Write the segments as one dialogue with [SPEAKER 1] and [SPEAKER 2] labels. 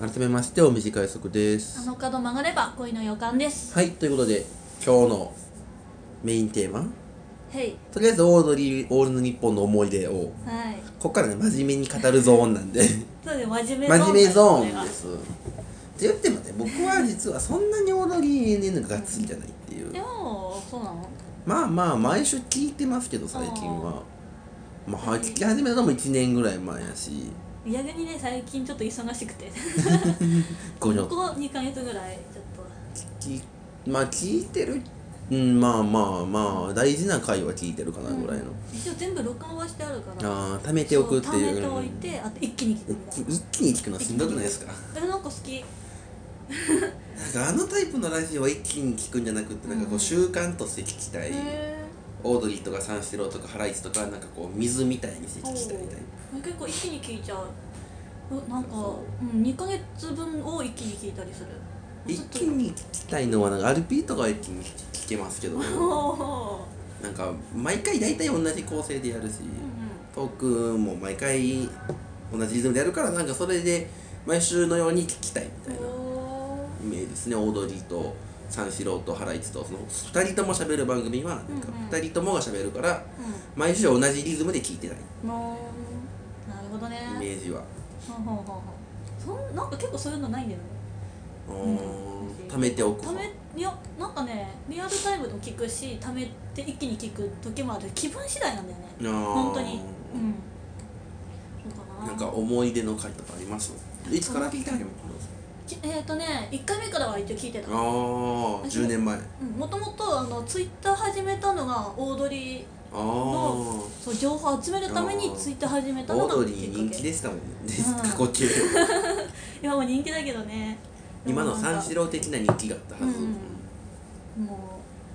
[SPEAKER 1] 改めましてお短い速です
[SPEAKER 2] あの角曲がれば恋の予感です
[SPEAKER 1] はいということで今日のメインテーマ
[SPEAKER 2] へい
[SPEAKER 1] とりあえずオードリーオールの日本の思い出を
[SPEAKER 2] はい
[SPEAKER 1] こっからね真面目に語るゾーンなんで
[SPEAKER 2] そうで真面目ゾーン
[SPEAKER 1] 真面目ゾーン
[SPEAKER 2] で
[SPEAKER 1] ですすって言ってもね僕は実はそんなにオードリーにがっつりじゃないっていう
[SPEAKER 2] でもそうなの
[SPEAKER 1] まあまあ毎週聞いてますけど最近はまあ聞き始めたのも1年ぐらい前やし
[SPEAKER 2] 逆にね最近ちょっと忙しくて
[SPEAKER 1] こ
[SPEAKER 2] こ
[SPEAKER 1] の
[SPEAKER 2] こ2ヶ月ぐらいちょっと
[SPEAKER 1] きまあ聞いてるうんまあまあまあ大事な回は聞いてるかなぐらいの、
[SPEAKER 2] 一応全部録音はしてあるから
[SPEAKER 1] ああ貯めておくっていう
[SPEAKER 2] そう貯めておいてあと一気に聞くみたい
[SPEAKER 1] 一気に聞くのしんどくないですか
[SPEAKER 2] なでなんか好き
[SPEAKER 1] なんかあのタイプのラジオは一気に聞くんじゃなくてなんかこ
[SPEAKER 2] う
[SPEAKER 1] うん習慣として聞きたい、
[SPEAKER 2] へ
[SPEAKER 1] オードリーとか三四郎とかハライチとかなんかこう水みたいにして聞きたいタイ
[SPEAKER 2] え結構一気に聞いちゃううなんか、
[SPEAKER 1] そう
[SPEAKER 2] ん、2ヶ月分を一気に聞いたりする
[SPEAKER 1] プ一気に聞きたいのはなんか RP とかは一気に聞けますけ ど
[SPEAKER 2] おー
[SPEAKER 1] なんか毎回大体同じ構成でやるし、
[SPEAKER 2] うん
[SPEAKER 1] トークも毎回同じリズムでやるからなんかそれで毎週のように聞きたいみたい
[SPEAKER 2] うん
[SPEAKER 1] な
[SPEAKER 2] お
[SPEAKER 1] イメージですねオードリーと三四郎とハライチとその2人とも喋る番組はなんか
[SPEAKER 2] うんうん
[SPEAKER 1] 2人ともが喋るから
[SPEAKER 2] ーう
[SPEAKER 1] 毎週同じリズムで聞いてない
[SPEAKER 2] んもうなるほどね
[SPEAKER 1] イメージは
[SPEAKER 2] ほうほうほうほうそんなんか結構そういうのないんだよね
[SPEAKER 1] う
[SPEAKER 2] うん
[SPEAKER 1] ーん貯めておく
[SPEAKER 2] ためいやなんかねリアルタイムでも聞くしためて一気に聞く時もある気分次第なんだよね
[SPEAKER 1] 本
[SPEAKER 2] 本当にうんそうかな
[SPEAKER 1] なんか思い出の回とかありますいつから聞いたんやろ
[SPEAKER 2] きえっ、とね1回目からは一応聞いてた
[SPEAKER 1] ああ10年前あ
[SPEAKER 2] もともとあのツイッター始めたのがオードリー
[SPEAKER 1] あオ
[SPEAKER 2] そう情報を集めるため
[SPEAKER 1] あ
[SPEAKER 2] に
[SPEAKER 1] ー
[SPEAKER 2] ツイッター始めたの
[SPEAKER 1] ー
[SPEAKER 2] が
[SPEAKER 1] ド
[SPEAKER 2] き
[SPEAKER 1] リ
[SPEAKER 2] っか
[SPEAKER 1] ー
[SPEAKER 2] け
[SPEAKER 1] 人気でしたもんね
[SPEAKER 2] うん
[SPEAKER 1] 過去中
[SPEAKER 2] 今もう人気だけどね
[SPEAKER 1] 今の三四
[SPEAKER 2] 白
[SPEAKER 1] 郎的な人気があったはず、
[SPEAKER 2] うんも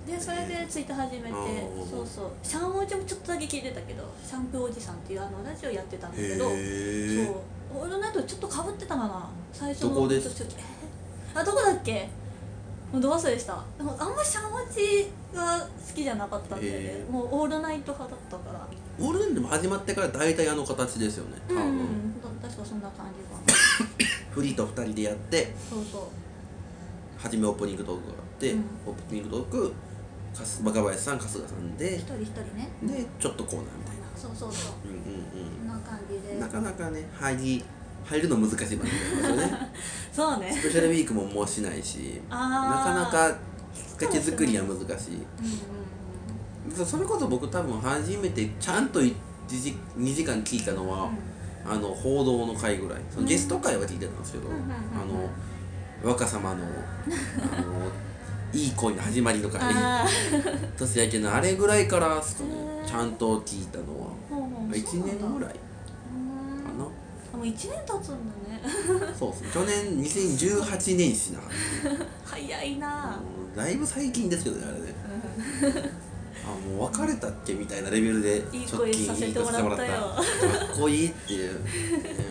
[SPEAKER 2] うでそれでツイッター始めて
[SPEAKER 1] あー
[SPEAKER 2] そうそうシャンおじもちょっとだけ聞いてたけどシャンプーおじさんっていうあのラジオやってたんだけど
[SPEAKER 1] へ
[SPEAKER 2] そう
[SPEAKER 1] え
[SPEAKER 2] オールナイトちょっとかぶってたかな最初の
[SPEAKER 1] どこです
[SPEAKER 2] ちょっとえー あどこだっけもうど忘れしたでもあんまシャン落ちが好きじゃなかったんで、ね
[SPEAKER 1] へー
[SPEAKER 2] もうオールナイト派だったから
[SPEAKER 1] オールナイトでも始まってから大体あの形ですよね多
[SPEAKER 2] うん、
[SPEAKER 1] 分、
[SPEAKER 2] た確かそんな感じかな
[SPEAKER 1] フリーと2人でやって
[SPEAKER 2] そうそう
[SPEAKER 1] 初めオープニングトークがあって、
[SPEAKER 2] うん
[SPEAKER 1] オープニングトークかす若林さん春日さんで
[SPEAKER 2] 一人一人ね
[SPEAKER 1] でちょっとコーナーみたいな
[SPEAKER 2] そうそうそう
[SPEAKER 1] うん
[SPEAKER 2] そんな感じ
[SPEAKER 1] うんう
[SPEAKER 2] で
[SPEAKER 1] んなかなかね入り入るの難しい番組なんですよ ね
[SPEAKER 2] そう
[SPEAKER 1] ス
[SPEAKER 2] ね
[SPEAKER 1] ペシャルウィークももうしないしなか
[SPEAKER 2] あ
[SPEAKER 1] な
[SPEAKER 2] あ
[SPEAKER 1] かきっかけ作りは難しい
[SPEAKER 2] うんうん
[SPEAKER 1] そそれこそ僕多分初めてちゃんと1時2時間聞いたのは、あの報道の回ぐらいそのゲスト回は聞いてたんですけど、
[SPEAKER 2] うんうんうんうん
[SPEAKER 1] あの若様のあのいい恋の始まりの
[SPEAKER 2] うん
[SPEAKER 1] 回
[SPEAKER 2] ああ
[SPEAKER 1] 年明けのあれぐらいからっすかね
[SPEAKER 2] へー
[SPEAKER 1] ちゃんと聞いたのは
[SPEAKER 2] ほうほう
[SPEAKER 1] 1年ぐ
[SPEAKER 2] らい
[SPEAKER 1] らいか
[SPEAKER 2] う
[SPEAKER 1] なん
[SPEAKER 2] もう一年経つんだね
[SPEAKER 1] そうっすね去年2018年しな
[SPEAKER 2] 早いな
[SPEAKER 1] うんだいぶ最近ですけどねあれね
[SPEAKER 2] うん
[SPEAKER 1] あもう別れたっけみたいなレベルで
[SPEAKER 2] いい声させてもらったよ
[SPEAKER 1] 直近いい声させてもらったかっこいいって いう、ね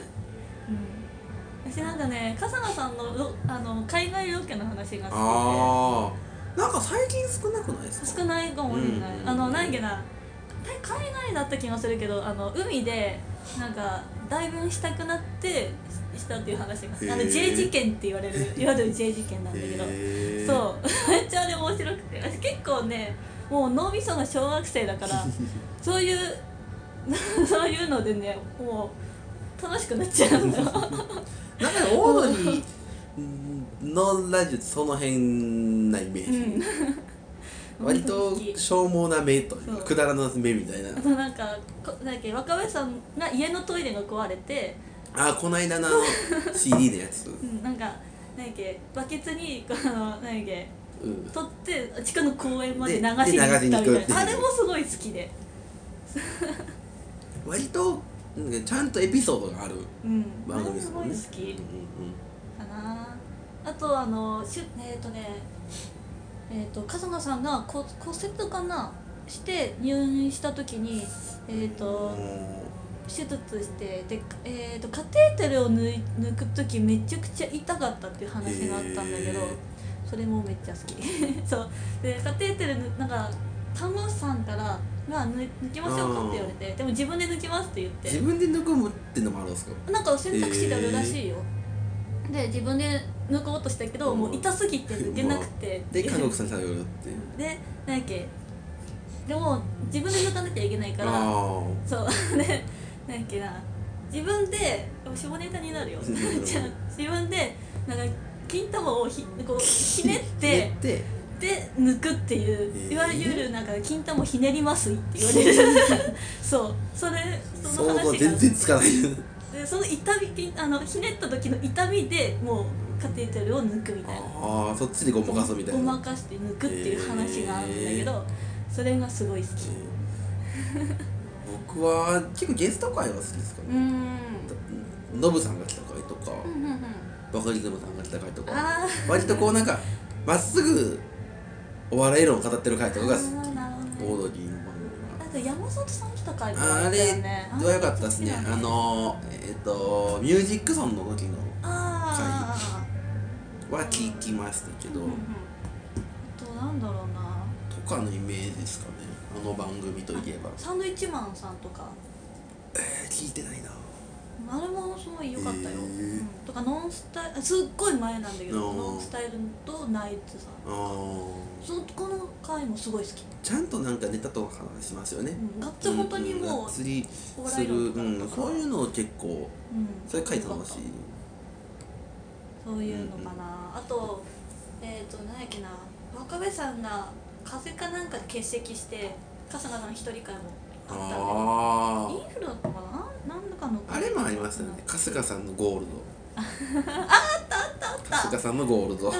[SPEAKER 2] うん、私なんかね笠野さんのロあの海外ロケの話が好
[SPEAKER 1] ああんか最近少なくないで
[SPEAKER 2] きです
[SPEAKER 1] か
[SPEAKER 2] 少ないかもしれない、
[SPEAKER 1] うん
[SPEAKER 2] あの何気なえ海外だった気がするけどあの海でなんかだいぶしたくなってししたっていう話があの
[SPEAKER 1] へー
[SPEAKER 2] J 事件って言われるいわゆる J 事件なんだけど、
[SPEAKER 1] へー
[SPEAKER 2] そう めっちゃあれ面白くて私結構ねもう脳みそが小学生だから そう いうそういうのでねもう楽しくなっちゃうんだよ
[SPEAKER 1] なんかオードリーのラジオってその辺なイメ
[SPEAKER 2] う
[SPEAKER 1] ー
[SPEAKER 2] ん
[SPEAKER 1] ジ、割と消耗な目とい
[SPEAKER 2] そう
[SPEAKER 1] うくだらな目みたいな
[SPEAKER 2] あとなんかこなんだっけ若林さんが家のトイレが壊れて、
[SPEAKER 1] あこないだの CD のやつ、
[SPEAKER 2] うん、なんかなんだっけバケツにこのなんだっけ
[SPEAKER 1] うん、
[SPEAKER 2] 取って地下の公園ま
[SPEAKER 1] で
[SPEAKER 2] で流しに行ったみ
[SPEAKER 1] で流しに行くった
[SPEAKER 2] い
[SPEAKER 1] ていう
[SPEAKER 2] なあれもすごい好きで、
[SPEAKER 1] 割となんかちゃんとエピソードがある
[SPEAKER 2] うん、あ
[SPEAKER 1] 番
[SPEAKER 2] れ
[SPEAKER 1] 組
[SPEAKER 2] も
[SPEAKER 1] です
[SPEAKER 2] す
[SPEAKER 1] も
[SPEAKER 2] ご
[SPEAKER 1] ん
[SPEAKER 2] い
[SPEAKER 1] ね
[SPEAKER 2] 好き
[SPEAKER 1] うんうんうん
[SPEAKER 2] かなあとあのしゅえっ、とねえっ、と笠野さんが骨骨折かなして入院した時にえっ、と手術してで、えー、とカテーテルを抜い抜く時めちゃくちゃ痛かったっていう話があったんだけど、
[SPEAKER 1] へー
[SPEAKER 2] それもめっちゃ好き そうでカテーテルぬなんか看護師さんから「まあ抜抜きましょうか」って言われてでも自分で抜きますって言
[SPEAKER 1] 自
[SPEAKER 2] っ
[SPEAKER 1] 分で抜くむってのもあるんですか
[SPEAKER 2] てなんか選択肢であるらしいよ、で自分で抜こうとしたけど、
[SPEAKER 1] うん
[SPEAKER 2] もう痛すぎて抜けなくて、
[SPEAKER 1] で韓国さんに頼るっていう
[SPEAKER 2] でなんやっけでも自分で抜かなきゃいけないから
[SPEAKER 1] あ
[SPEAKER 2] そう でなんやっけな自分で下ネタになるよ じゃあ自分でなんか金玉をひこうひねっ
[SPEAKER 1] あ
[SPEAKER 2] て
[SPEAKER 1] で
[SPEAKER 2] で抜くっていう、
[SPEAKER 1] えー
[SPEAKER 2] いわゆるなんか金玉ひねりますって言われるそう それそ
[SPEAKER 1] 想
[SPEAKER 2] の話
[SPEAKER 1] 像
[SPEAKER 2] が
[SPEAKER 1] 全然つかない
[SPEAKER 2] でその痛みきあのひねった時の痛みでもうカテーテルを抜くみたいな
[SPEAKER 1] ああそっちでごまかすみたいな
[SPEAKER 2] ごまかして抜くっていう話があるんだけど、それがすごい好き
[SPEAKER 1] 僕は結構ゲスト会は好きですか
[SPEAKER 2] う
[SPEAKER 1] ね
[SPEAKER 2] ーん
[SPEAKER 1] ノブさんが来た回とか
[SPEAKER 2] うんうんうん
[SPEAKER 1] バカリズムさんが来た回とか
[SPEAKER 2] あー
[SPEAKER 1] 割とこうなんかまっすぐお笑い論を語ってる回とかが
[SPEAKER 2] あ
[SPEAKER 1] 好
[SPEAKER 2] ーなる
[SPEAKER 1] き
[SPEAKER 2] ほ
[SPEAKER 1] オ
[SPEAKER 2] ど
[SPEAKER 1] ー
[SPEAKER 2] ね
[SPEAKER 1] ドリーの番組
[SPEAKER 2] なんか山里さん来た回も
[SPEAKER 1] は
[SPEAKER 2] あ
[SPEAKER 1] あ
[SPEAKER 2] ったよね
[SPEAKER 1] れは良かったですね
[SPEAKER 2] あ
[SPEAKER 1] あ
[SPEAKER 2] の
[SPEAKER 1] のえっ、とミュージックソンの時の
[SPEAKER 2] あー
[SPEAKER 1] は聞きましたけど
[SPEAKER 2] うんうんあとなんだろうな
[SPEAKER 1] とかのイメージですかねあの番組といえば
[SPEAKER 2] サンドイッチマンさんとか
[SPEAKER 1] えー聞いてないな
[SPEAKER 2] あれもすごい良かったよ、
[SPEAKER 1] へー
[SPEAKER 2] うんとかノンスタイルすっごい前なんだけど
[SPEAKER 1] あー
[SPEAKER 2] ノンスタイルとナイツさん
[SPEAKER 1] あー
[SPEAKER 2] そこの回もすごい好き、
[SPEAKER 1] ちゃんとなんかネタとか話しますよね
[SPEAKER 2] うん、がっつり本当に
[SPEAKER 1] ん
[SPEAKER 2] も
[SPEAKER 1] がっ
[SPEAKER 2] う
[SPEAKER 1] つり
[SPEAKER 2] お
[SPEAKER 1] す
[SPEAKER 2] 笑い
[SPEAKER 1] る、
[SPEAKER 2] 論と
[SPEAKER 1] う
[SPEAKER 2] か
[SPEAKER 1] ん、そういうのを結構
[SPEAKER 2] うん
[SPEAKER 1] それ書いて楽しい
[SPEAKER 2] そういうのかな、あとえっ、と何やっけな若部さんが風邪かなんかで欠席して春日さん一人会もあったんで
[SPEAKER 1] あ
[SPEAKER 2] インフルだったかななんだかの
[SPEAKER 1] ああれもありましたよね春日さんのゴールドああったあったあった春日さんのゴール
[SPEAKER 2] う
[SPEAKER 1] ド
[SPEAKER 2] んうん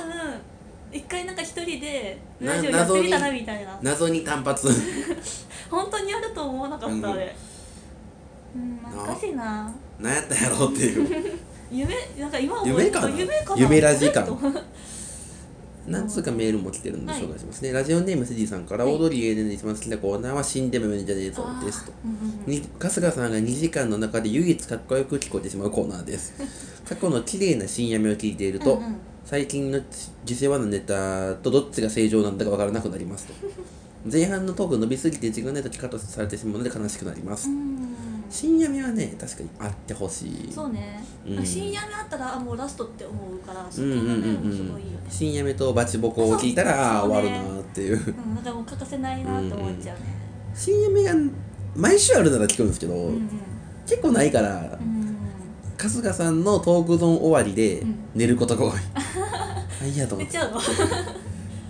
[SPEAKER 2] 一回なんか一人で
[SPEAKER 1] な
[SPEAKER 2] ラジオやってみたなみたいな
[SPEAKER 1] 謎に単発
[SPEAKER 2] 本当にやると思わなかったあれうん懐かしいな
[SPEAKER 1] なんやったやろうって いう
[SPEAKER 2] 夢なんか今思
[SPEAKER 1] 夢
[SPEAKER 2] う
[SPEAKER 1] か
[SPEAKER 2] と
[SPEAKER 1] な
[SPEAKER 2] 夢かな
[SPEAKER 1] 夢ラジか
[SPEAKER 2] と
[SPEAKER 1] も何通かメールも来てるんで
[SPEAKER 2] はい
[SPEAKER 1] 紹介しますね、ラジオネームセジーさんから「
[SPEAKER 2] はい
[SPEAKER 1] オードリー ANN で一番好きなコーナーは死んでもいいんじゃねえぞ」ですと
[SPEAKER 2] あーうんうんうん
[SPEAKER 1] に春日さんが2時間の中で唯一かっこよく聞こえてしまうコーナーです 過去の綺麗な深夜目を聞いていると、
[SPEAKER 2] うんうん
[SPEAKER 1] 最近の受世話のネタとどっちが正常なんだかわからなくなり ますと前半のトーク伸びすぎて自分のネタカットされてしまうので悲しくなります、
[SPEAKER 2] うん
[SPEAKER 1] 深夜目はね確かにあってほしい
[SPEAKER 2] そうね、
[SPEAKER 1] うん
[SPEAKER 2] 深夜目あったらあもうラストって思うからそこ
[SPEAKER 1] ん
[SPEAKER 2] が
[SPEAKER 1] うん
[SPEAKER 2] ね、
[SPEAKER 1] うん
[SPEAKER 2] すご
[SPEAKER 1] う
[SPEAKER 2] いいいよ
[SPEAKER 1] ん
[SPEAKER 2] ね、
[SPEAKER 1] 深夜目とバチボコを聞いたらああ
[SPEAKER 2] そう
[SPEAKER 1] ー
[SPEAKER 2] そう
[SPEAKER 1] 終
[SPEAKER 2] ね
[SPEAKER 1] わるなっていう
[SPEAKER 2] うん、だからもう欠かせないなって思っちゃうね、
[SPEAKER 1] 深夜目が毎週あるなら聞くんですけど、
[SPEAKER 2] うんうん
[SPEAKER 1] 結構ないから
[SPEAKER 2] うん
[SPEAKER 1] 春日さんのトークゾーン終わりで
[SPEAKER 2] うん
[SPEAKER 1] 寝ることが多 い、あいいやと思
[SPEAKER 2] 出
[SPEAKER 1] っ
[SPEAKER 2] ち
[SPEAKER 1] て
[SPEAKER 2] ゃうの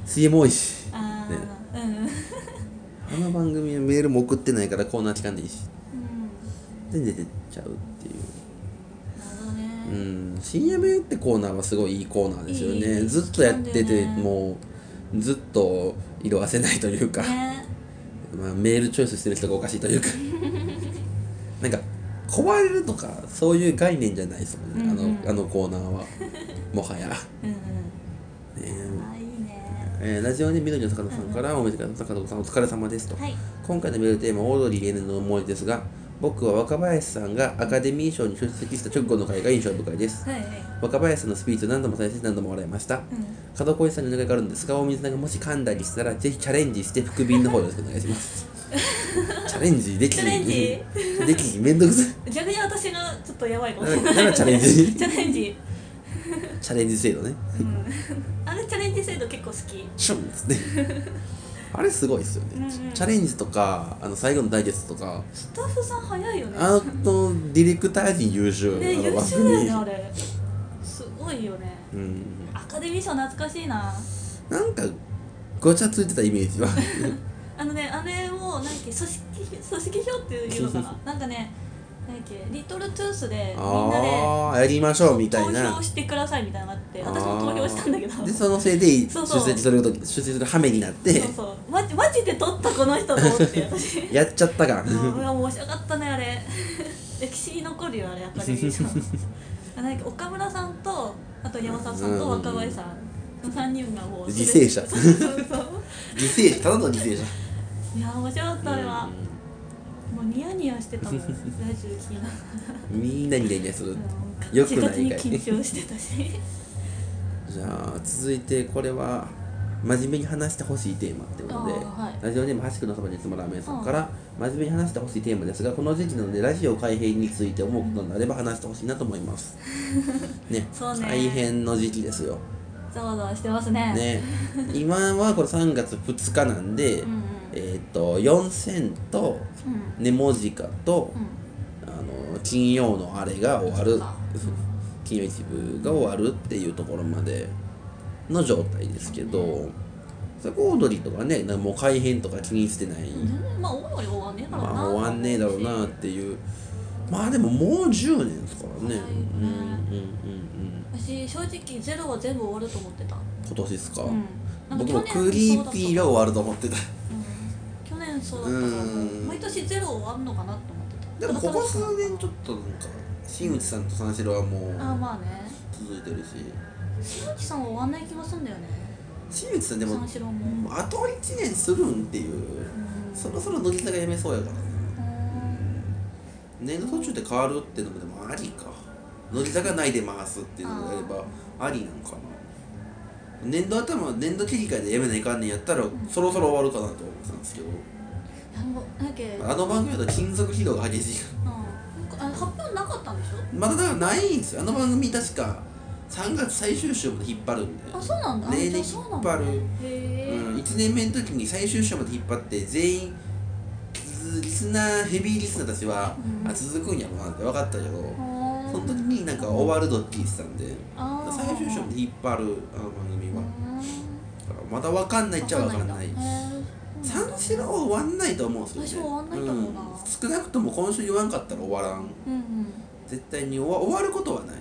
[SPEAKER 1] CM 多いし
[SPEAKER 2] あ
[SPEAKER 1] ね
[SPEAKER 2] あ、うんうん
[SPEAKER 1] あの番組はメールも送ってないからコーナー期間でいいしで出てっちゃうっていう
[SPEAKER 2] なるほどね、
[SPEAKER 1] うん深夜目ってコーナーはすごいいいコーナーですよね
[SPEAKER 2] いい
[SPEAKER 1] ずっとやって
[SPEAKER 2] 好き
[SPEAKER 1] て
[SPEAKER 2] なんだよね
[SPEAKER 1] もうずっと色褪せないというか、
[SPEAKER 2] ね
[SPEAKER 1] まあ、メールチョイスしてる人がおかしいと いうかなんか壊れるとかそういう概念じゃないですもんね、
[SPEAKER 2] うんうん
[SPEAKER 1] あのあのコーナーはもはや、ね
[SPEAKER 2] うん
[SPEAKER 1] え
[SPEAKER 2] うんあいいね
[SPEAKER 1] えーラジオネーム緑の坂田さんから、おめでとう坂田さんお疲れ様ですと、
[SPEAKER 2] はい
[SPEAKER 1] 今回のメールテーマはオードリー・レネの思いですが僕は若林さんがアカデミー賞に出席した直後の回が印象深いです
[SPEAKER 2] はいはい
[SPEAKER 1] 若林さんのスピーチを何度も再生し何度も笑いました
[SPEAKER 2] うん
[SPEAKER 1] 角小さんにお願いがあるんですが大水さんがもし噛んだりしたらぜひチャレンジして副便の方よろしくお願いします チャレンジでき
[SPEAKER 2] チャレンジ
[SPEAKER 1] できひんめんどくさい
[SPEAKER 2] 逆に私がちょっとやばいかもしれない
[SPEAKER 1] なならチャレンジ
[SPEAKER 2] チャレンジ、
[SPEAKER 1] チャレンジ制度ね
[SPEAKER 2] うん、あれチャレンジ制度結構好き
[SPEAKER 1] シュンっつってあれすごいっすよね、
[SPEAKER 2] うんうん
[SPEAKER 1] チャレンジとかあの最後のダイジェストとか
[SPEAKER 2] スタッフさん早いよね
[SPEAKER 1] あのディレクター陣優秀
[SPEAKER 2] ね
[SPEAKER 1] あの
[SPEAKER 2] 優秀だよねあれすごいよね
[SPEAKER 1] うん
[SPEAKER 2] アカデミー賞懐かしいな
[SPEAKER 1] なんかごちゃついてたイメー ジは
[SPEAKER 2] あのねあれもなんか組織組織票っていうのかななんかねなんだっけリトルトゥースでみんなで
[SPEAKER 1] ああやりましょうみたい
[SPEAKER 2] 投
[SPEAKER 1] な
[SPEAKER 2] 票してくださいみたいなのがあって私も投票したんだけど
[SPEAKER 1] あ
[SPEAKER 2] そ
[SPEAKER 1] ー
[SPEAKER 2] う
[SPEAKER 1] でそのせいで
[SPEAKER 2] そ
[SPEAKER 1] 出
[SPEAKER 2] うそう
[SPEAKER 1] 席すること出席する羽目になって
[SPEAKER 2] そうマジマジで取ったこの人と思って私
[SPEAKER 1] やっちゃったから
[SPEAKER 2] うんいや面白かったねあれ 歴史に残るよあれアカデミー賞あなんか岡村さんとあと山里さんと若林さんの3人がもう
[SPEAKER 1] 犠牲者
[SPEAKER 2] そうそうそう
[SPEAKER 1] 犠牲者ただの犠牲者
[SPEAKER 2] いや面白かったあれは
[SPEAKER 1] うん
[SPEAKER 2] もうニヤニヤしてたもんラジオ聞いながら
[SPEAKER 1] みんなに連絡する
[SPEAKER 2] うん
[SPEAKER 1] よくないかい
[SPEAKER 2] ガチガチに緊張してたし
[SPEAKER 1] じゃあ続いてこれは真面目に話してほしいテーマってことで、
[SPEAKER 2] あーはい
[SPEAKER 1] ラジオネームはしくのそばにいつもラーメンさんから真面目に話してほしいテーマですがこの時期なのでラジオ改編について思うことがあれば話してほしいなと思います ね
[SPEAKER 2] そうね
[SPEAKER 1] 改編の時期ですよ
[SPEAKER 2] ざわざわしてますね
[SPEAKER 1] ね今はこれ3月2日なんで、
[SPEAKER 2] うんうん
[SPEAKER 1] えっ、と4000と
[SPEAKER 2] うん
[SPEAKER 1] ネモジカと、
[SPEAKER 2] うん
[SPEAKER 1] あの金曜のあれが終わる
[SPEAKER 2] そっか
[SPEAKER 1] 金曜一部が終わるっていうところまでの状態ですけどそれこオードリーとかねなんかもう改編とか気にしてない、
[SPEAKER 2] 全然まあ終わり終わんねえだろうな
[SPEAKER 1] まあ終わんねえだろうなっ
[SPEAKER 2] ま
[SPEAKER 1] ていうまあでももう10年ですからね、
[SPEAKER 2] はい
[SPEAKER 1] うんうんうんうん
[SPEAKER 2] あ私正直ゼロは全部終わると思ってた
[SPEAKER 1] 今年ですか、
[SPEAKER 2] うんなん
[SPEAKER 1] 僕
[SPEAKER 2] か去
[SPEAKER 1] も
[SPEAKER 2] 年
[SPEAKER 1] クリーピーが
[SPEAKER 2] そうだった
[SPEAKER 1] 終わると思ってた
[SPEAKER 2] うん去年そうだったから
[SPEAKER 1] うん
[SPEAKER 2] 毎年ゼロ終わんのかなと思ってた
[SPEAKER 1] でもここ数年ち
[SPEAKER 2] ょ
[SPEAKER 1] ょっとなんか新内さんと三四郎はもう
[SPEAKER 2] ああまあね
[SPEAKER 1] 続いてるし
[SPEAKER 2] 新内さんは終わんない気がするんだよね
[SPEAKER 1] 新内さんでも
[SPEAKER 2] 三四郎も
[SPEAKER 1] あと1年するんっていう
[SPEAKER 2] うん
[SPEAKER 1] そろそろ乃木坂やめそうやからね
[SPEAKER 2] うん
[SPEAKER 1] 年度途中で変わるってのもでもありか乃木坂内で回すっていうのであればありなんかな年度頭年度切り替えでやめないかんねんやったら
[SPEAKER 2] ん
[SPEAKER 1] そろそろ終わるかなと思ってたんですけど
[SPEAKER 2] あのなんだっけ
[SPEAKER 1] あの番組だと金属疲労が激しいか
[SPEAKER 2] うんなんかあの発表なかったんでしょ
[SPEAKER 1] らまだだからないんですよあの番組確か3月最終週まで引っ張るみたいな
[SPEAKER 2] あそうなんだあ
[SPEAKER 1] 例
[SPEAKER 2] じ
[SPEAKER 1] 年
[SPEAKER 2] ゃあそうなん
[SPEAKER 1] 引っ
[SPEAKER 2] だ
[SPEAKER 1] 張る
[SPEAKER 2] ねへ
[SPEAKER 1] うん、1年目の時に最終章まで引っ張って全員リスナーヘビーリスナーたちは、
[SPEAKER 2] うん
[SPEAKER 1] あ続くんやろうなって分かったけど、
[SPEAKER 2] え
[SPEAKER 1] その時になんか終わるドッキリしてたんで、
[SPEAKER 2] あー
[SPEAKER 1] 最終章まで引っ張るあの番組は、
[SPEAKER 2] う
[SPEAKER 1] だ
[SPEAKER 2] ん
[SPEAKER 1] からまだ分かんないっちゃ分かんない
[SPEAKER 2] へーそう
[SPEAKER 1] 三
[SPEAKER 2] なんだ
[SPEAKER 1] 四郎は終わんないと思うんですよね
[SPEAKER 2] 私も終わんないと思うな
[SPEAKER 1] 少なくとも今週言わんかったら終わらん
[SPEAKER 2] うんうん
[SPEAKER 1] 絶対に終わ終わることはない、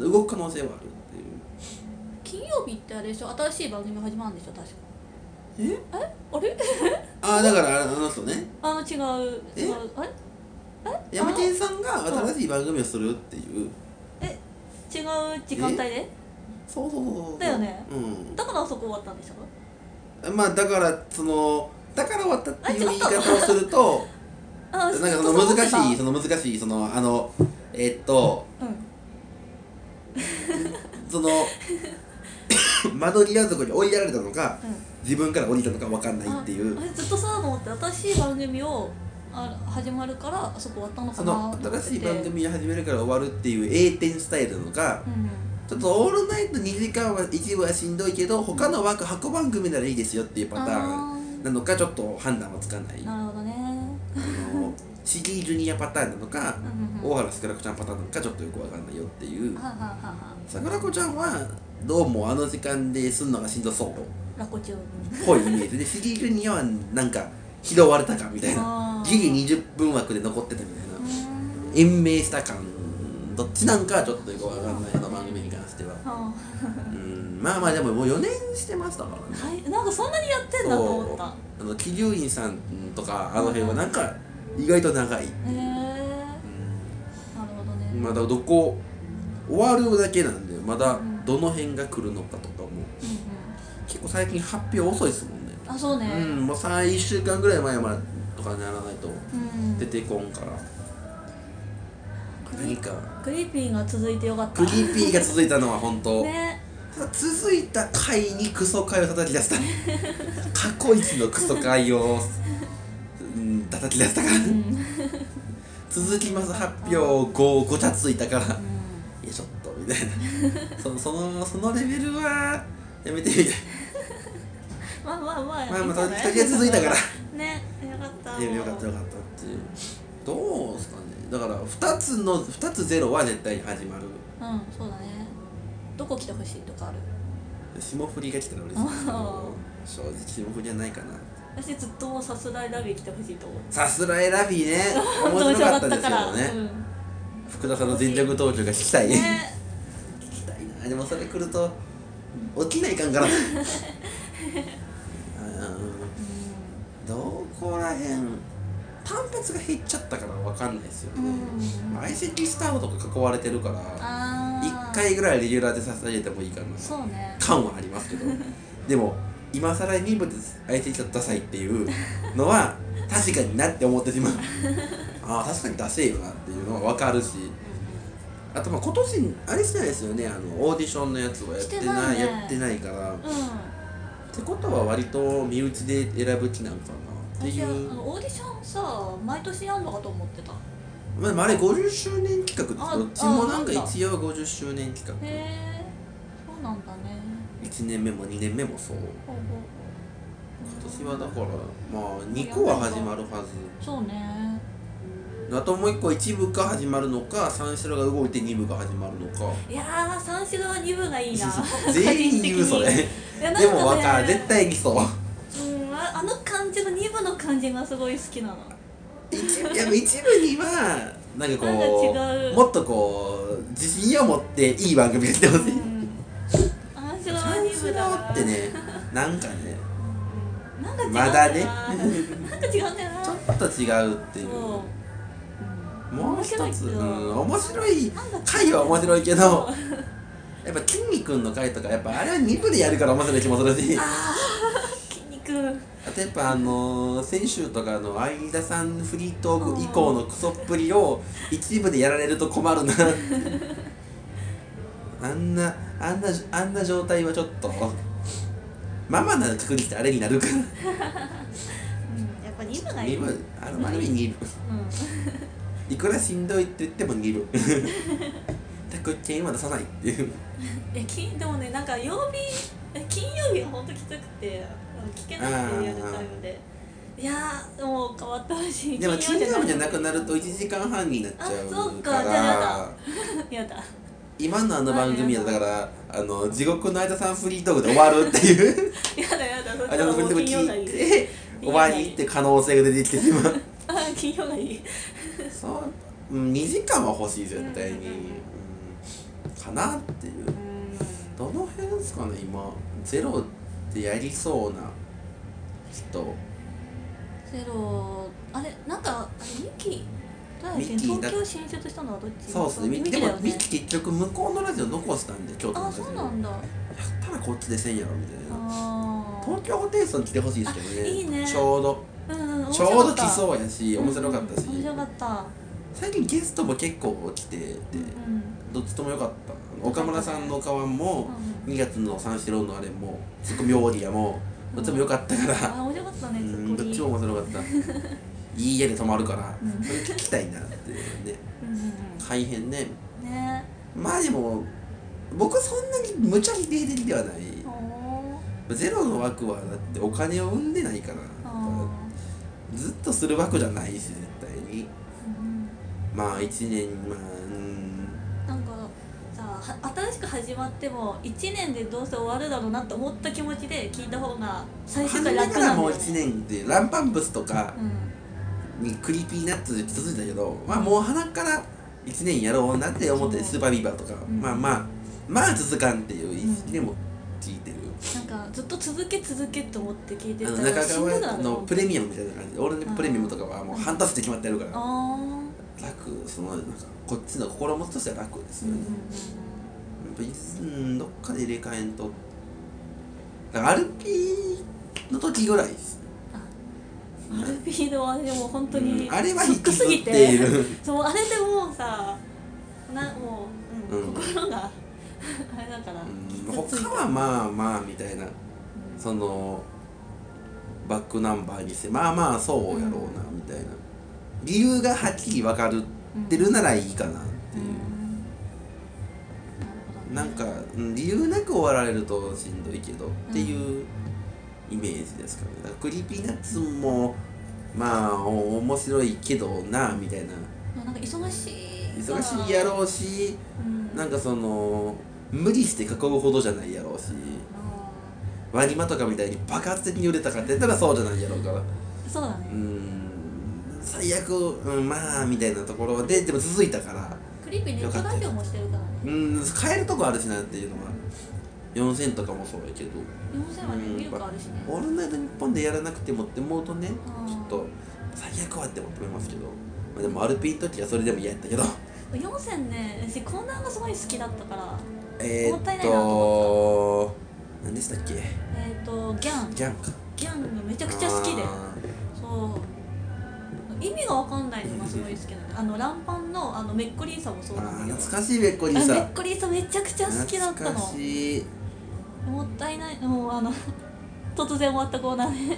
[SPEAKER 2] うん
[SPEAKER 1] 動く可能性はあるっていう
[SPEAKER 2] 金曜日ってあれでしょ新しい番組始まるんでしょ確か
[SPEAKER 1] え
[SPEAKER 2] えあれ
[SPEAKER 1] ああだからあの人ね
[SPEAKER 2] あの違う
[SPEAKER 1] え
[SPEAKER 2] 違うあれえ
[SPEAKER 1] ヤマケンさんが新しい番組をするっていう
[SPEAKER 2] 違う時間帯で
[SPEAKER 1] そうそうそうそう
[SPEAKER 2] だよね
[SPEAKER 1] う
[SPEAKER 2] だからあそこ終わったんでしょ
[SPEAKER 1] んまあだからそのだから終わったっていう言
[SPEAKER 2] あち
[SPEAKER 1] い
[SPEAKER 2] ょっと
[SPEAKER 1] 方をすると
[SPEAKER 2] あ
[SPEAKER 1] なんかその難しいその難しいそのあのえっと
[SPEAKER 2] うん
[SPEAKER 1] そ の間取り屋底に追いやられたのか
[SPEAKER 2] うん
[SPEAKER 1] 自分から降りたのか分かんないっていう
[SPEAKER 2] ああれずっとそうだと思って新しい番組をあ始まるからあそこ終わったのか
[SPEAKER 1] そ
[SPEAKER 2] な
[SPEAKER 1] の
[SPEAKER 2] と思ってて
[SPEAKER 1] 新しい番組を始めるから終わるっていう栄転スタイルなのか
[SPEAKER 2] うん
[SPEAKER 1] ちょっとオールナイト2時間は一部はしんどいけど他の枠箱番組ならいいですよっていうパターン
[SPEAKER 2] あ
[SPEAKER 1] なのかちょっと判断はつかない
[SPEAKER 2] ーなるほどね
[SPEAKER 1] あのシギージュニアパターンなのか
[SPEAKER 2] うんうんう
[SPEAKER 1] 大
[SPEAKER 2] んは
[SPEAKER 1] 原桜子ちゃんパターンなのかちょっとよくわかんないよっていう
[SPEAKER 2] ははは
[SPEAKER 1] 桜子ちゃんはどうもあの時間ですんのがしんどそう
[SPEAKER 2] ラコチューン
[SPEAKER 1] っぽいイメージでシギージュニアはなんか拾われたかみたいな
[SPEAKER 2] あー
[SPEAKER 1] ギリ20分枠で残ってたみたいうな
[SPEAKER 2] ーん
[SPEAKER 1] 延命した感どっちなんかはちょっとよくわかんないあの番組に関しては
[SPEAKER 2] あ
[SPEAKER 1] うんまあまあでももう4年してましたからね
[SPEAKER 2] ーはいなんかそんなにやってんだと思った
[SPEAKER 1] あの桐生院さんとかあの辺はなんか意外と長いって
[SPEAKER 2] へえ
[SPEAKER 1] いう
[SPEAKER 2] なるほどね、
[SPEAKER 1] まだどこ終わるだけなんでまだ
[SPEAKER 2] うん
[SPEAKER 1] どの辺が来るのかとかも
[SPEAKER 2] うん
[SPEAKER 1] 結構最近発表遅いですもんね
[SPEAKER 2] うん、あそうね
[SPEAKER 1] うんもう3週間ぐらい前までとかにならないと
[SPEAKER 2] うん
[SPEAKER 1] 出てこんから
[SPEAKER 2] クリ
[SPEAKER 1] 何か
[SPEAKER 2] クリーピーが続いてよかっ
[SPEAKER 1] ク
[SPEAKER 2] た
[SPEAKER 1] リーピーが続いたのは本当、
[SPEAKER 2] ね
[SPEAKER 1] ただ続いた回にクソ回を叩き出した過去一のクソ回を、うん、叩き出したから
[SPEAKER 2] うん、うん、
[SPEAKER 1] 続きます発表5ごちゃついたからいやちょっとみたいな そのそのそのレベルはやめてみ たい
[SPEAKER 2] まあまあまあ
[SPEAKER 1] まあまあ
[SPEAKER 2] いいんじゃない
[SPEAKER 1] とりあえず続いたから
[SPEAKER 2] ねよかった
[SPEAKER 1] ないやよかったよかったっていうどうですかねだから2つの2つゼロは絶対に始まる
[SPEAKER 2] うんそうだねどこ来てほしいとかある
[SPEAKER 1] 霜降りが来たら嬉しいですけ
[SPEAKER 2] あ
[SPEAKER 1] ど正直霜降りじゃないかな
[SPEAKER 2] 私ずっともうさすらいラビー来てほしいと思う
[SPEAKER 1] さすらいラビー ね面白かったですけど
[SPEAKER 2] 面白かったから
[SPEAKER 1] ね、
[SPEAKER 2] うん
[SPEAKER 1] 福田さんの全力投球が聞き たい、
[SPEAKER 2] ね
[SPEAKER 1] 聞きたいなでもそれ来ると起きないか んからうんどこらへん単発が減っちゃったから分かんないですよ
[SPEAKER 2] うん
[SPEAKER 1] ね、まあ相席スターとか囲われてるから
[SPEAKER 2] あー
[SPEAKER 1] 1回ぐらいレギュラーで差し上げてもいいかな
[SPEAKER 2] そうね
[SPEAKER 1] 感はありますけ どでも今更に部で相席ちょっとダサいっていうのは確かになって思って しまうああ確かにダセえよなっていうのは分かるしあとまあ今年あれしてないですよねあのオーディションのやつはやって
[SPEAKER 2] してな
[SPEAKER 1] ない
[SPEAKER 2] いね
[SPEAKER 1] やってないから
[SPEAKER 2] うんうん
[SPEAKER 1] ってことは割と身内で選ぶ気なんかなってい
[SPEAKER 2] 私あ
[SPEAKER 1] う
[SPEAKER 2] のオーディションさ毎年やんのかと思ってたへ
[SPEAKER 1] まあまあ、あれ50周年企画です
[SPEAKER 2] あ
[SPEAKER 1] どっちもなんか
[SPEAKER 2] あなんだ
[SPEAKER 1] 一応50周年企画
[SPEAKER 2] えそうなんだね
[SPEAKER 1] 1年目も2年目もそう
[SPEAKER 2] ほうほう
[SPEAKER 1] 今年はだからまあ2個は始まるはず
[SPEAKER 2] そうね
[SPEAKER 1] あともう1個1部が始まるのか三四郎が動いて2部が始まるのか
[SPEAKER 2] いやー三四郎は二部がいいな
[SPEAKER 1] 全員言うそれ
[SPEAKER 2] い
[SPEAKER 1] で
[SPEAKER 2] やなんかね
[SPEAKER 1] も分かる絶対にそう
[SPEAKER 2] うんああの感じの二部の感じがすごい好 きなの
[SPEAKER 1] 一部いや一部にはなんかこう
[SPEAKER 2] なんか違う
[SPEAKER 1] もっとこう自信を持っていい番組が来てほしい
[SPEAKER 2] 三四郎は
[SPEAKER 1] 三
[SPEAKER 2] 二部
[SPEAKER 1] 四
[SPEAKER 2] だ
[SPEAKER 1] 郎
[SPEAKER 2] な
[SPEAKER 1] ってねなんかね
[SPEAKER 2] うんなんか違うんだよな
[SPEAKER 1] まだね
[SPEAKER 2] なんか違うんだよな
[SPEAKER 1] ちょ
[SPEAKER 2] そ
[SPEAKER 1] っと違うっていううも
[SPEAKER 2] 面
[SPEAKER 1] う一
[SPEAKER 2] 白いけ
[SPEAKER 1] つ、
[SPEAKER 2] ど
[SPEAKER 1] うん、面白い
[SPEAKER 2] なんだっけ
[SPEAKER 1] 回は面白いけど
[SPEAKER 2] そう
[SPEAKER 1] やっぱ筋肉の回とかやっぱあれは2部でやるから面白い気もするし
[SPEAKER 2] あー筋肉
[SPEAKER 1] あとやっぱあのー、先週とかの相田さんフリートーク以降のクソっぷりを一部でやられると困 るなあんなあんなあんな状態はちょっとママなら確率あれになるか
[SPEAKER 2] うんやっぱ二部
[SPEAKER 1] ら
[SPEAKER 2] がいい
[SPEAKER 1] 2部あのある意味2部
[SPEAKER 2] うん
[SPEAKER 1] いくらしんどいって言っても2部 宅券は出さないっていう
[SPEAKER 2] え金でもねなんか曜日え金曜日は本当きつくてあの聞けなくてリアルタイムでいやーもう変わってほしい
[SPEAKER 1] でも金曜日じゃ
[SPEAKER 2] い
[SPEAKER 1] なくなると1時間半になっちゃ
[SPEAKER 2] あそうう
[SPEAKER 1] か
[SPEAKER 2] からじゃあやだ
[SPEAKER 1] 今のあの番組は
[SPEAKER 2] あ
[SPEAKER 1] だ
[SPEAKER 2] や
[SPEAKER 1] か
[SPEAKER 2] だ
[SPEAKER 1] らあの地獄の相田さんフリートークで終わるって いう
[SPEAKER 2] やだやだそっ
[SPEAKER 1] 相田
[SPEAKER 2] ち
[SPEAKER 1] さ
[SPEAKER 2] の
[SPEAKER 1] んフリートー
[SPEAKER 2] 方が
[SPEAKER 1] ク
[SPEAKER 2] 金曜がい
[SPEAKER 1] 聞い
[SPEAKER 2] い
[SPEAKER 1] て終わりって可能性が出てきてしまう
[SPEAKER 2] あ金曜がいい
[SPEAKER 1] そう、うん、2時間は欲しい絶対に、
[SPEAKER 2] うんうん
[SPEAKER 1] うん、かなっていうどの辺ですかね今ゼロでやりそうな人
[SPEAKER 2] ゼロあれなんかあれミキだよ
[SPEAKER 1] ミ
[SPEAKER 2] ね
[SPEAKER 1] キだ
[SPEAKER 2] 東京進出したのはどっち
[SPEAKER 1] そうですねミキ
[SPEAKER 2] だ
[SPEAKER 1] で
[SPEAKER 2] よ
[SPEAKER 1] もミ
[SPEAKER 2] ね
[SPEAKER 1] キ結局向こうのラジオ残したんで京都の
[SPEAKER 2] あ
[SPEAKER 1] ラジ
[SPEAKER 2] そ
[SPEAKER 1] オ
[SPEAKER 2] うなんだ
[SPEAKER 1] やったらこっちでせんやろみたいな
[SPEAKER 2] あ
[SPEAKER 1] 東京ホテイソン来てほしいですけどね
[SPEAKER 2] あいいね
[SPEAKER 1] ちょうど
[SPEAKER 2] ーうんうん
[SPEAKER 1] ちょうど来
[SPEAKER 2] う
[SPEAKER 1] そうやし面白かったし、
[SPEAKER 2] うん面白かった
[SPEAKER 1] 最近ゲストも結構来てて、
[SPEAKER 2] うん
[SPEAKER 1] どっちとも良かった岡村さんの顔も、2月の三四郎のあれもツッコミオーディアもどっちも良かったから、
[SPEAKER 2] あ面白かったね
[SPEAKER 1] う
[SPEAKER 2] ツッ
[SPEAKER 1] ん
[SPEAKER 2] コミ
[SPEAKER 1] どっちも面白かった いい家で泊まるから、
[SPEAKER 2] うん
[SPEAKER 1] それ聞きたいなっていうね
[SPEAKER 2] うんうん
[SPEAKER 1] 大変ね
[SPEAKER 2] うんね
[SPEAKER 1] まあでも僕そんなに無茶否定的ではない
[SPEAKER 2] おー
[SPEAKER 1] ゼロの枠はだってお金を生んでないから
[SPEAKER 2] あ
[SPEAKER 1] ずっとする枠じゃないし絶対に
[SPEAKER 2] ーうん
[SPEAKER 1] まあ1年まあうん
[SPEAKER 2] なんかさは新しく始まっても1年でどうせ終わるだろうなと思った気持ちで聞いた方が最初
[SPEAKER 1] 初
[SPEAKER 2] か
[SPEAKER 1] め
[SPEAKER 2] ら楽
[SPEAKER 1] か
[SPEAKER 2] な
[SPEAKER 1] ら
[SPEAKER 2] んだ
[SPEAKER 1] もう
[SPEAKER 2] よ、ね、
[SPEAKER 1] 1年でランパンプスとかにクリーピーナッツで一ついたけどまあもう鼻から1年やろうなって思ってス
[SPEAKER 2] そう
[SPEAKER 1] ーパービーバーとか、
[SPEAKER 2] ん
[SPEAKER 1] まあまあまあ続かんっていう1年も聞いてる、
[SPEAKER 2] うん、なんかずっと続け続けと思って聞いて
[SPEAKER 1] あの
[SPEAKER 2] たら
[SPEAKER 1] 中
[SPEAKER 2] しんどくな
[SPEAKER 1] 川
[SPEAKER 2] る
[SPEAKER 1] の
[SPEAKER 2] よ
[SPEAKER 1] プレミアムみたいな感じで俺のプレミアムとかはもう半年で決まってやるから
[SPEAKER 2] あー
[SPEAKER 1] 楽そのなんかこっちの心持ちとしては楽です
[SPEAKER 2] うん
[SPEAKER 1] よ
[SPEAKER 2] うん
[SPEAKER 1] ね、やっぱいつうんどっかで入れ替えんとだから RP の時ぐらいです
[SPEAKER 2] うんアルピードはでも本当に、
[SPEAKER 1] うんあれは
[SPEAKER 2] シ
[SPEAKER 1] 引
[SPEAKER 2] ョック
[SPEAKER 1] きず
[SPEAKER 2] すぎ
[SPEAKER 1] ってい
[SPEAKER 2] て
[SPEAKER 1] る
[SPEAKER 2] そうあれでもうさなもう、うん
[SPEAKER 1] うん
[SPEAKER 2] 心が あれだから、
[SPEAKER 1] うん
[SPEAKER 2] 傷つい
[SPEAKER 1] 他
[SPEAKER 2] た
[SPEAKER 1] はまあまあみたいな
[SPEAKER 2] うん
[SPEAKER 1] そのバックナンバーにしてまあまあそうやろうなみたいな理由がはっきり分かるってるならいいかなっていう、
[SPEAKER 2] う
[SPEAKER 1] なんか、うん理由なく終わられるとしんどいけどっていうイメージですかねだからクリーピーナッツもまあお面白いけどなみたいな
[SPEAKER 2] なんか忙しい
[SPEAKER 1] 忙しいやろうし
[SPEAKER 2] うん
[SPEAKER 1] なんかその無理して囲うほどじゃないやろうし
[SPEAKER 2] あ
[SPEAKER 1] ワニマとかみたいに爆発的に売れたかって言ったらそうじゃないやろうから
[SPEAKER 2] ーそうだ
[SPEAKER 1] うー
[SPEAKER 2] ね
[SPEAKER 1] ん最悪、うん、まあみたいなところででも続いたから
[SPEAKER 2] クリーピーネット代表もしてるからね
[SPEAKER 1] うん変えるとこあるしなっていうのは4000とかもそうやけど
[SPEAKER 2] 4000はねミルクあるしね
[SPEAKER 1] 「オールナイトニッポン」でやらなくてもって思うとね
[SPEAKER 2] あー
[SPEAKER 1] ちょっと最悪はって思ってますけど、まあ、でも RP の時はそれでも嫌やったけど
[SPEAKER 2] 4000ね私コーナーがすごい好きだったから
[SPEAKER 1] え
[SPEAKER 2] もった
[SPEAKER 1] ー、っ
[SPEAKER 2] いないなと
[SPEAKER 1] と何でしたっけ
[SPEAKER 2] えっ、とギャン
[SPEAKER 1] ギャンか
[SPEAKER 2] ギャンがめちゃくちゃ好きで
[SPEAKER 1] あ
[SPEAKER 2] そう意味がわかんないのがすごい好きなのあのランパンのあのメッコリーさもそ
[SPEAKER 1] ー
[SPEAKER 2] う
[SPEAKER 1] あ
[SPEAKER 2] なん
[SPEAKER 1] ー
[SPEAKER 2] だけど
[SPEAKER 1] 懐かしいべっこり
[SPEAKER 2] あ
[SPEAKER 1] さ
[SPEAKER 2] メ
[SPEAKER 1] ん
[SPEAKER 2] ッコリーさめちゃくちゃ好きだった
[SPEAKER 1] 懐
[SPEAKER 2] の
[SPEAKER 1] かしい
[SPEAKER 2] もったいないもうあの 突然終わったコーナーで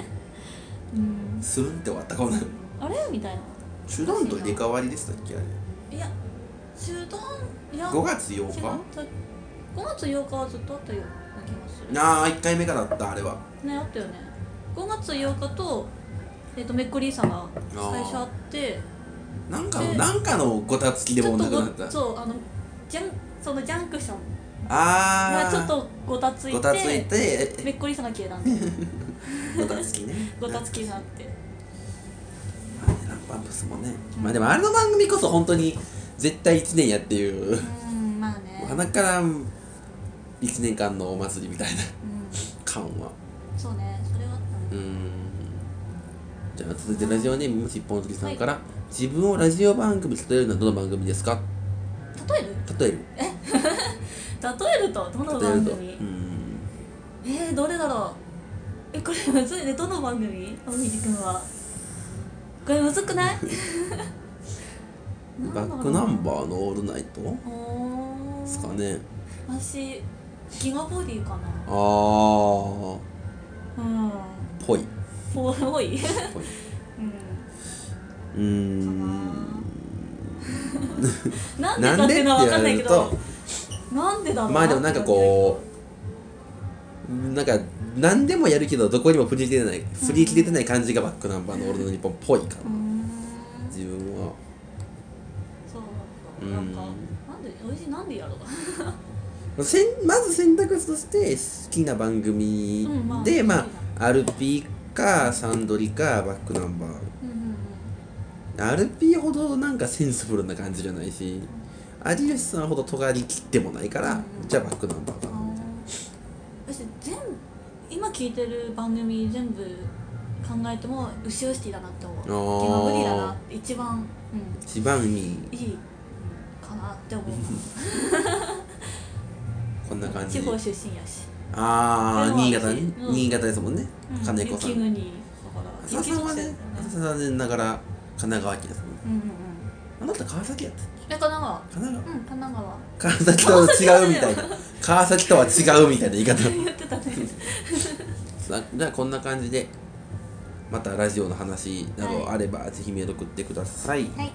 [SPEAKER 2] うん
[SPEAKER 1] スルンって終わったかもな
[SPEAKER 2] あれみたいな
[SPEAKER 1] 中断と入れ替わりでしたっけあれ
[SPEAKER 2] いや中途半いや
[SPEAKER 1] 5月8
[SPEAKER 2] 違った
[SPEAKER 1] 日
[SPEAKER 2] 5月8日はずっとあったような気がする
[SPEAKER 1] ああ1回目からだったあれは
[SPEAKER 2] ねあったよね5月8日と,、えー、とメッコリーさんが最初あって
[SPEAKER 1] なんかの
[SPEAKER 2] で
[SPEAKER 1] なんかのごたつきでもうなく
[SPEAKER 2] ご
[SPEAKER 1] なった
[SPEAKER 2] そうあのジャンそのジャンクション
[SPEAKER 1] あ
[SPEAKER 2] が
[SPEAKER 1] あ
[SPEAKER 2] ちょっとごたついて
[SPEAKER 1] ごたついてえ
[SPEAKER 2] めっこりさんが消えた んで
[SPEAKER 1] ごたつきね
[SPEAKER 2] ごたつきになって
[SPEAKER 1] まあねランパンプスもねまあでもあれの番組こそ本当に絶対1年やっていう
[SPEAKER 2] うんまあね
[SPEAKER 1] 鼻から1年間のお祭りみたいな
[SPEAKER 2] う
[SPEAKER 1] 感は
[SPEAKER 2] んそうねそれはあっ
[SPEAKER 1] う
[SPEAKER 2] た
[SPEAKER 1] ー
[SPEAKER 2] ね
[SPEAKER 1] んじゃあ続いてラジオネームむしっぽんずきさんから、
[SPEAKER 2] は
[SPEAKER 1] 自分をラジオ番組に例えるのはどの番組ですか
[SPEAKER 2] 例える
[SPEAKER 1] 例える
[SPEAKER 2] 例えるとどの
[SPEAKER 1] 例える
[SPEAKER 2] 番
[SPEAKER 1] とう
[SPEAKER 2] 組
[SPEAKER 1] ーん
[SPEAKER 2] えー、どれだろうえこれむずいねどの番組おみじくんはこれむずくない
[SPEAKER 1] バックナンバーのオールナイトで
[SPEAKER 2] おお
[SPEAKER 1] すかね
[SPEAKER 2] 私ギガボディかな
[SPEAKER 1] あー
[SPEAKER 2] うん
[SPEAKER 1] ぽい
[SPEAKER 2] ぽ多い
[SPEAKER 1] ぽいうーん
[SPEAKER 2] ん なんで
[SPEAKER 1] な
[SPEAKER 2] か
[SPEAKER 1] ん
[SPEAKER 2] っ
[SPEAKER 1] でって
[SPEAKER 2] いう
[SPEAKER 1] て言
[SPEAKER 2] のは
[SPEAKER 1] わ
[SPEAKER 2] 分かんな
[SPEAKER 1] れ
[SPEAKER 2] いけ
[SPEAKER 1] る
[SPEAKER 2] ど
[SPEAKER 1] と
[SPEAKER 2] なんでだろう
[SPEAKER 1] まあでもなんかこうなんか何でもやるけどどこにも振り切れない振り切れてない感じがバックナンバーのオールナイトっぽいか
[SPEAKER 2] ううー
[SPEAKER 1] なん自分は
[SPEAKER 2] そう
[SPEAKER 1] う
[SPEAKER 2] なん
[SPEAKER 1] ん
[SPEAKER 2] かなんでおいしいなんでやろう
[SPEAKER 1] せんまず選択肢として好きな番組
[SPEAKER 2] うんまあ
[SPEAKER 1] で、ま
[SPEAKER 2] 好き
[SPEAKER 1] あ RP かサンドリかバックナンバー
[SPEAKER 2] うんうんうん
[SPEAKER 1] RP ほどなんかセンスフルな感じじゃないし有吉さんほど尖り切ってもないから、
[SPEAKER 2] うん
[SPEAKER 1] じゃあバックナンバーかなみたいな
[SPEAKER 2] 私全今聞いてる番組全部考えてもウシウシティだなって思う
[SPEAKER 1] あー
[SPEAKER 2] 今無理だなって一番、う
[SPEAKER 1] 一番に
[SPEAKER 2] ん、いいかなって思う
[SPEAKER 1] こんな感
[SPEAKER 2] 地
[SPEAKER 1] じ
[SPEAKER 2] 方出身やし
[SPEAKER 1] ああ新潟ね、
[SPEAKER 2] うん
[SPEAKER 1] 新潟ですもんね、金子さん
[SPEAKER 2] 雪国だから
[SPEAKER 1] 浅田さんはね浅田さんはねながら神奈川県ですもんね
[SPEAKER 2] うんうんうん
[SPEAKER 1] あなた川崎やったっ
[SPEAKER 2] え神奈川
[SPEAKER 1] け神奈
[SPEAKER 2] うん神奈川
[SPEAKER 1] 川川崎とは違うみたいな川崎とは違うみたいな言い方
[SPEAKER 2] 言ってたね
[SPEAKER 1] さじゃあこんな感じでまたラジオの話などあれば、ぜひメール送ってください
[SPEAKER 2] はい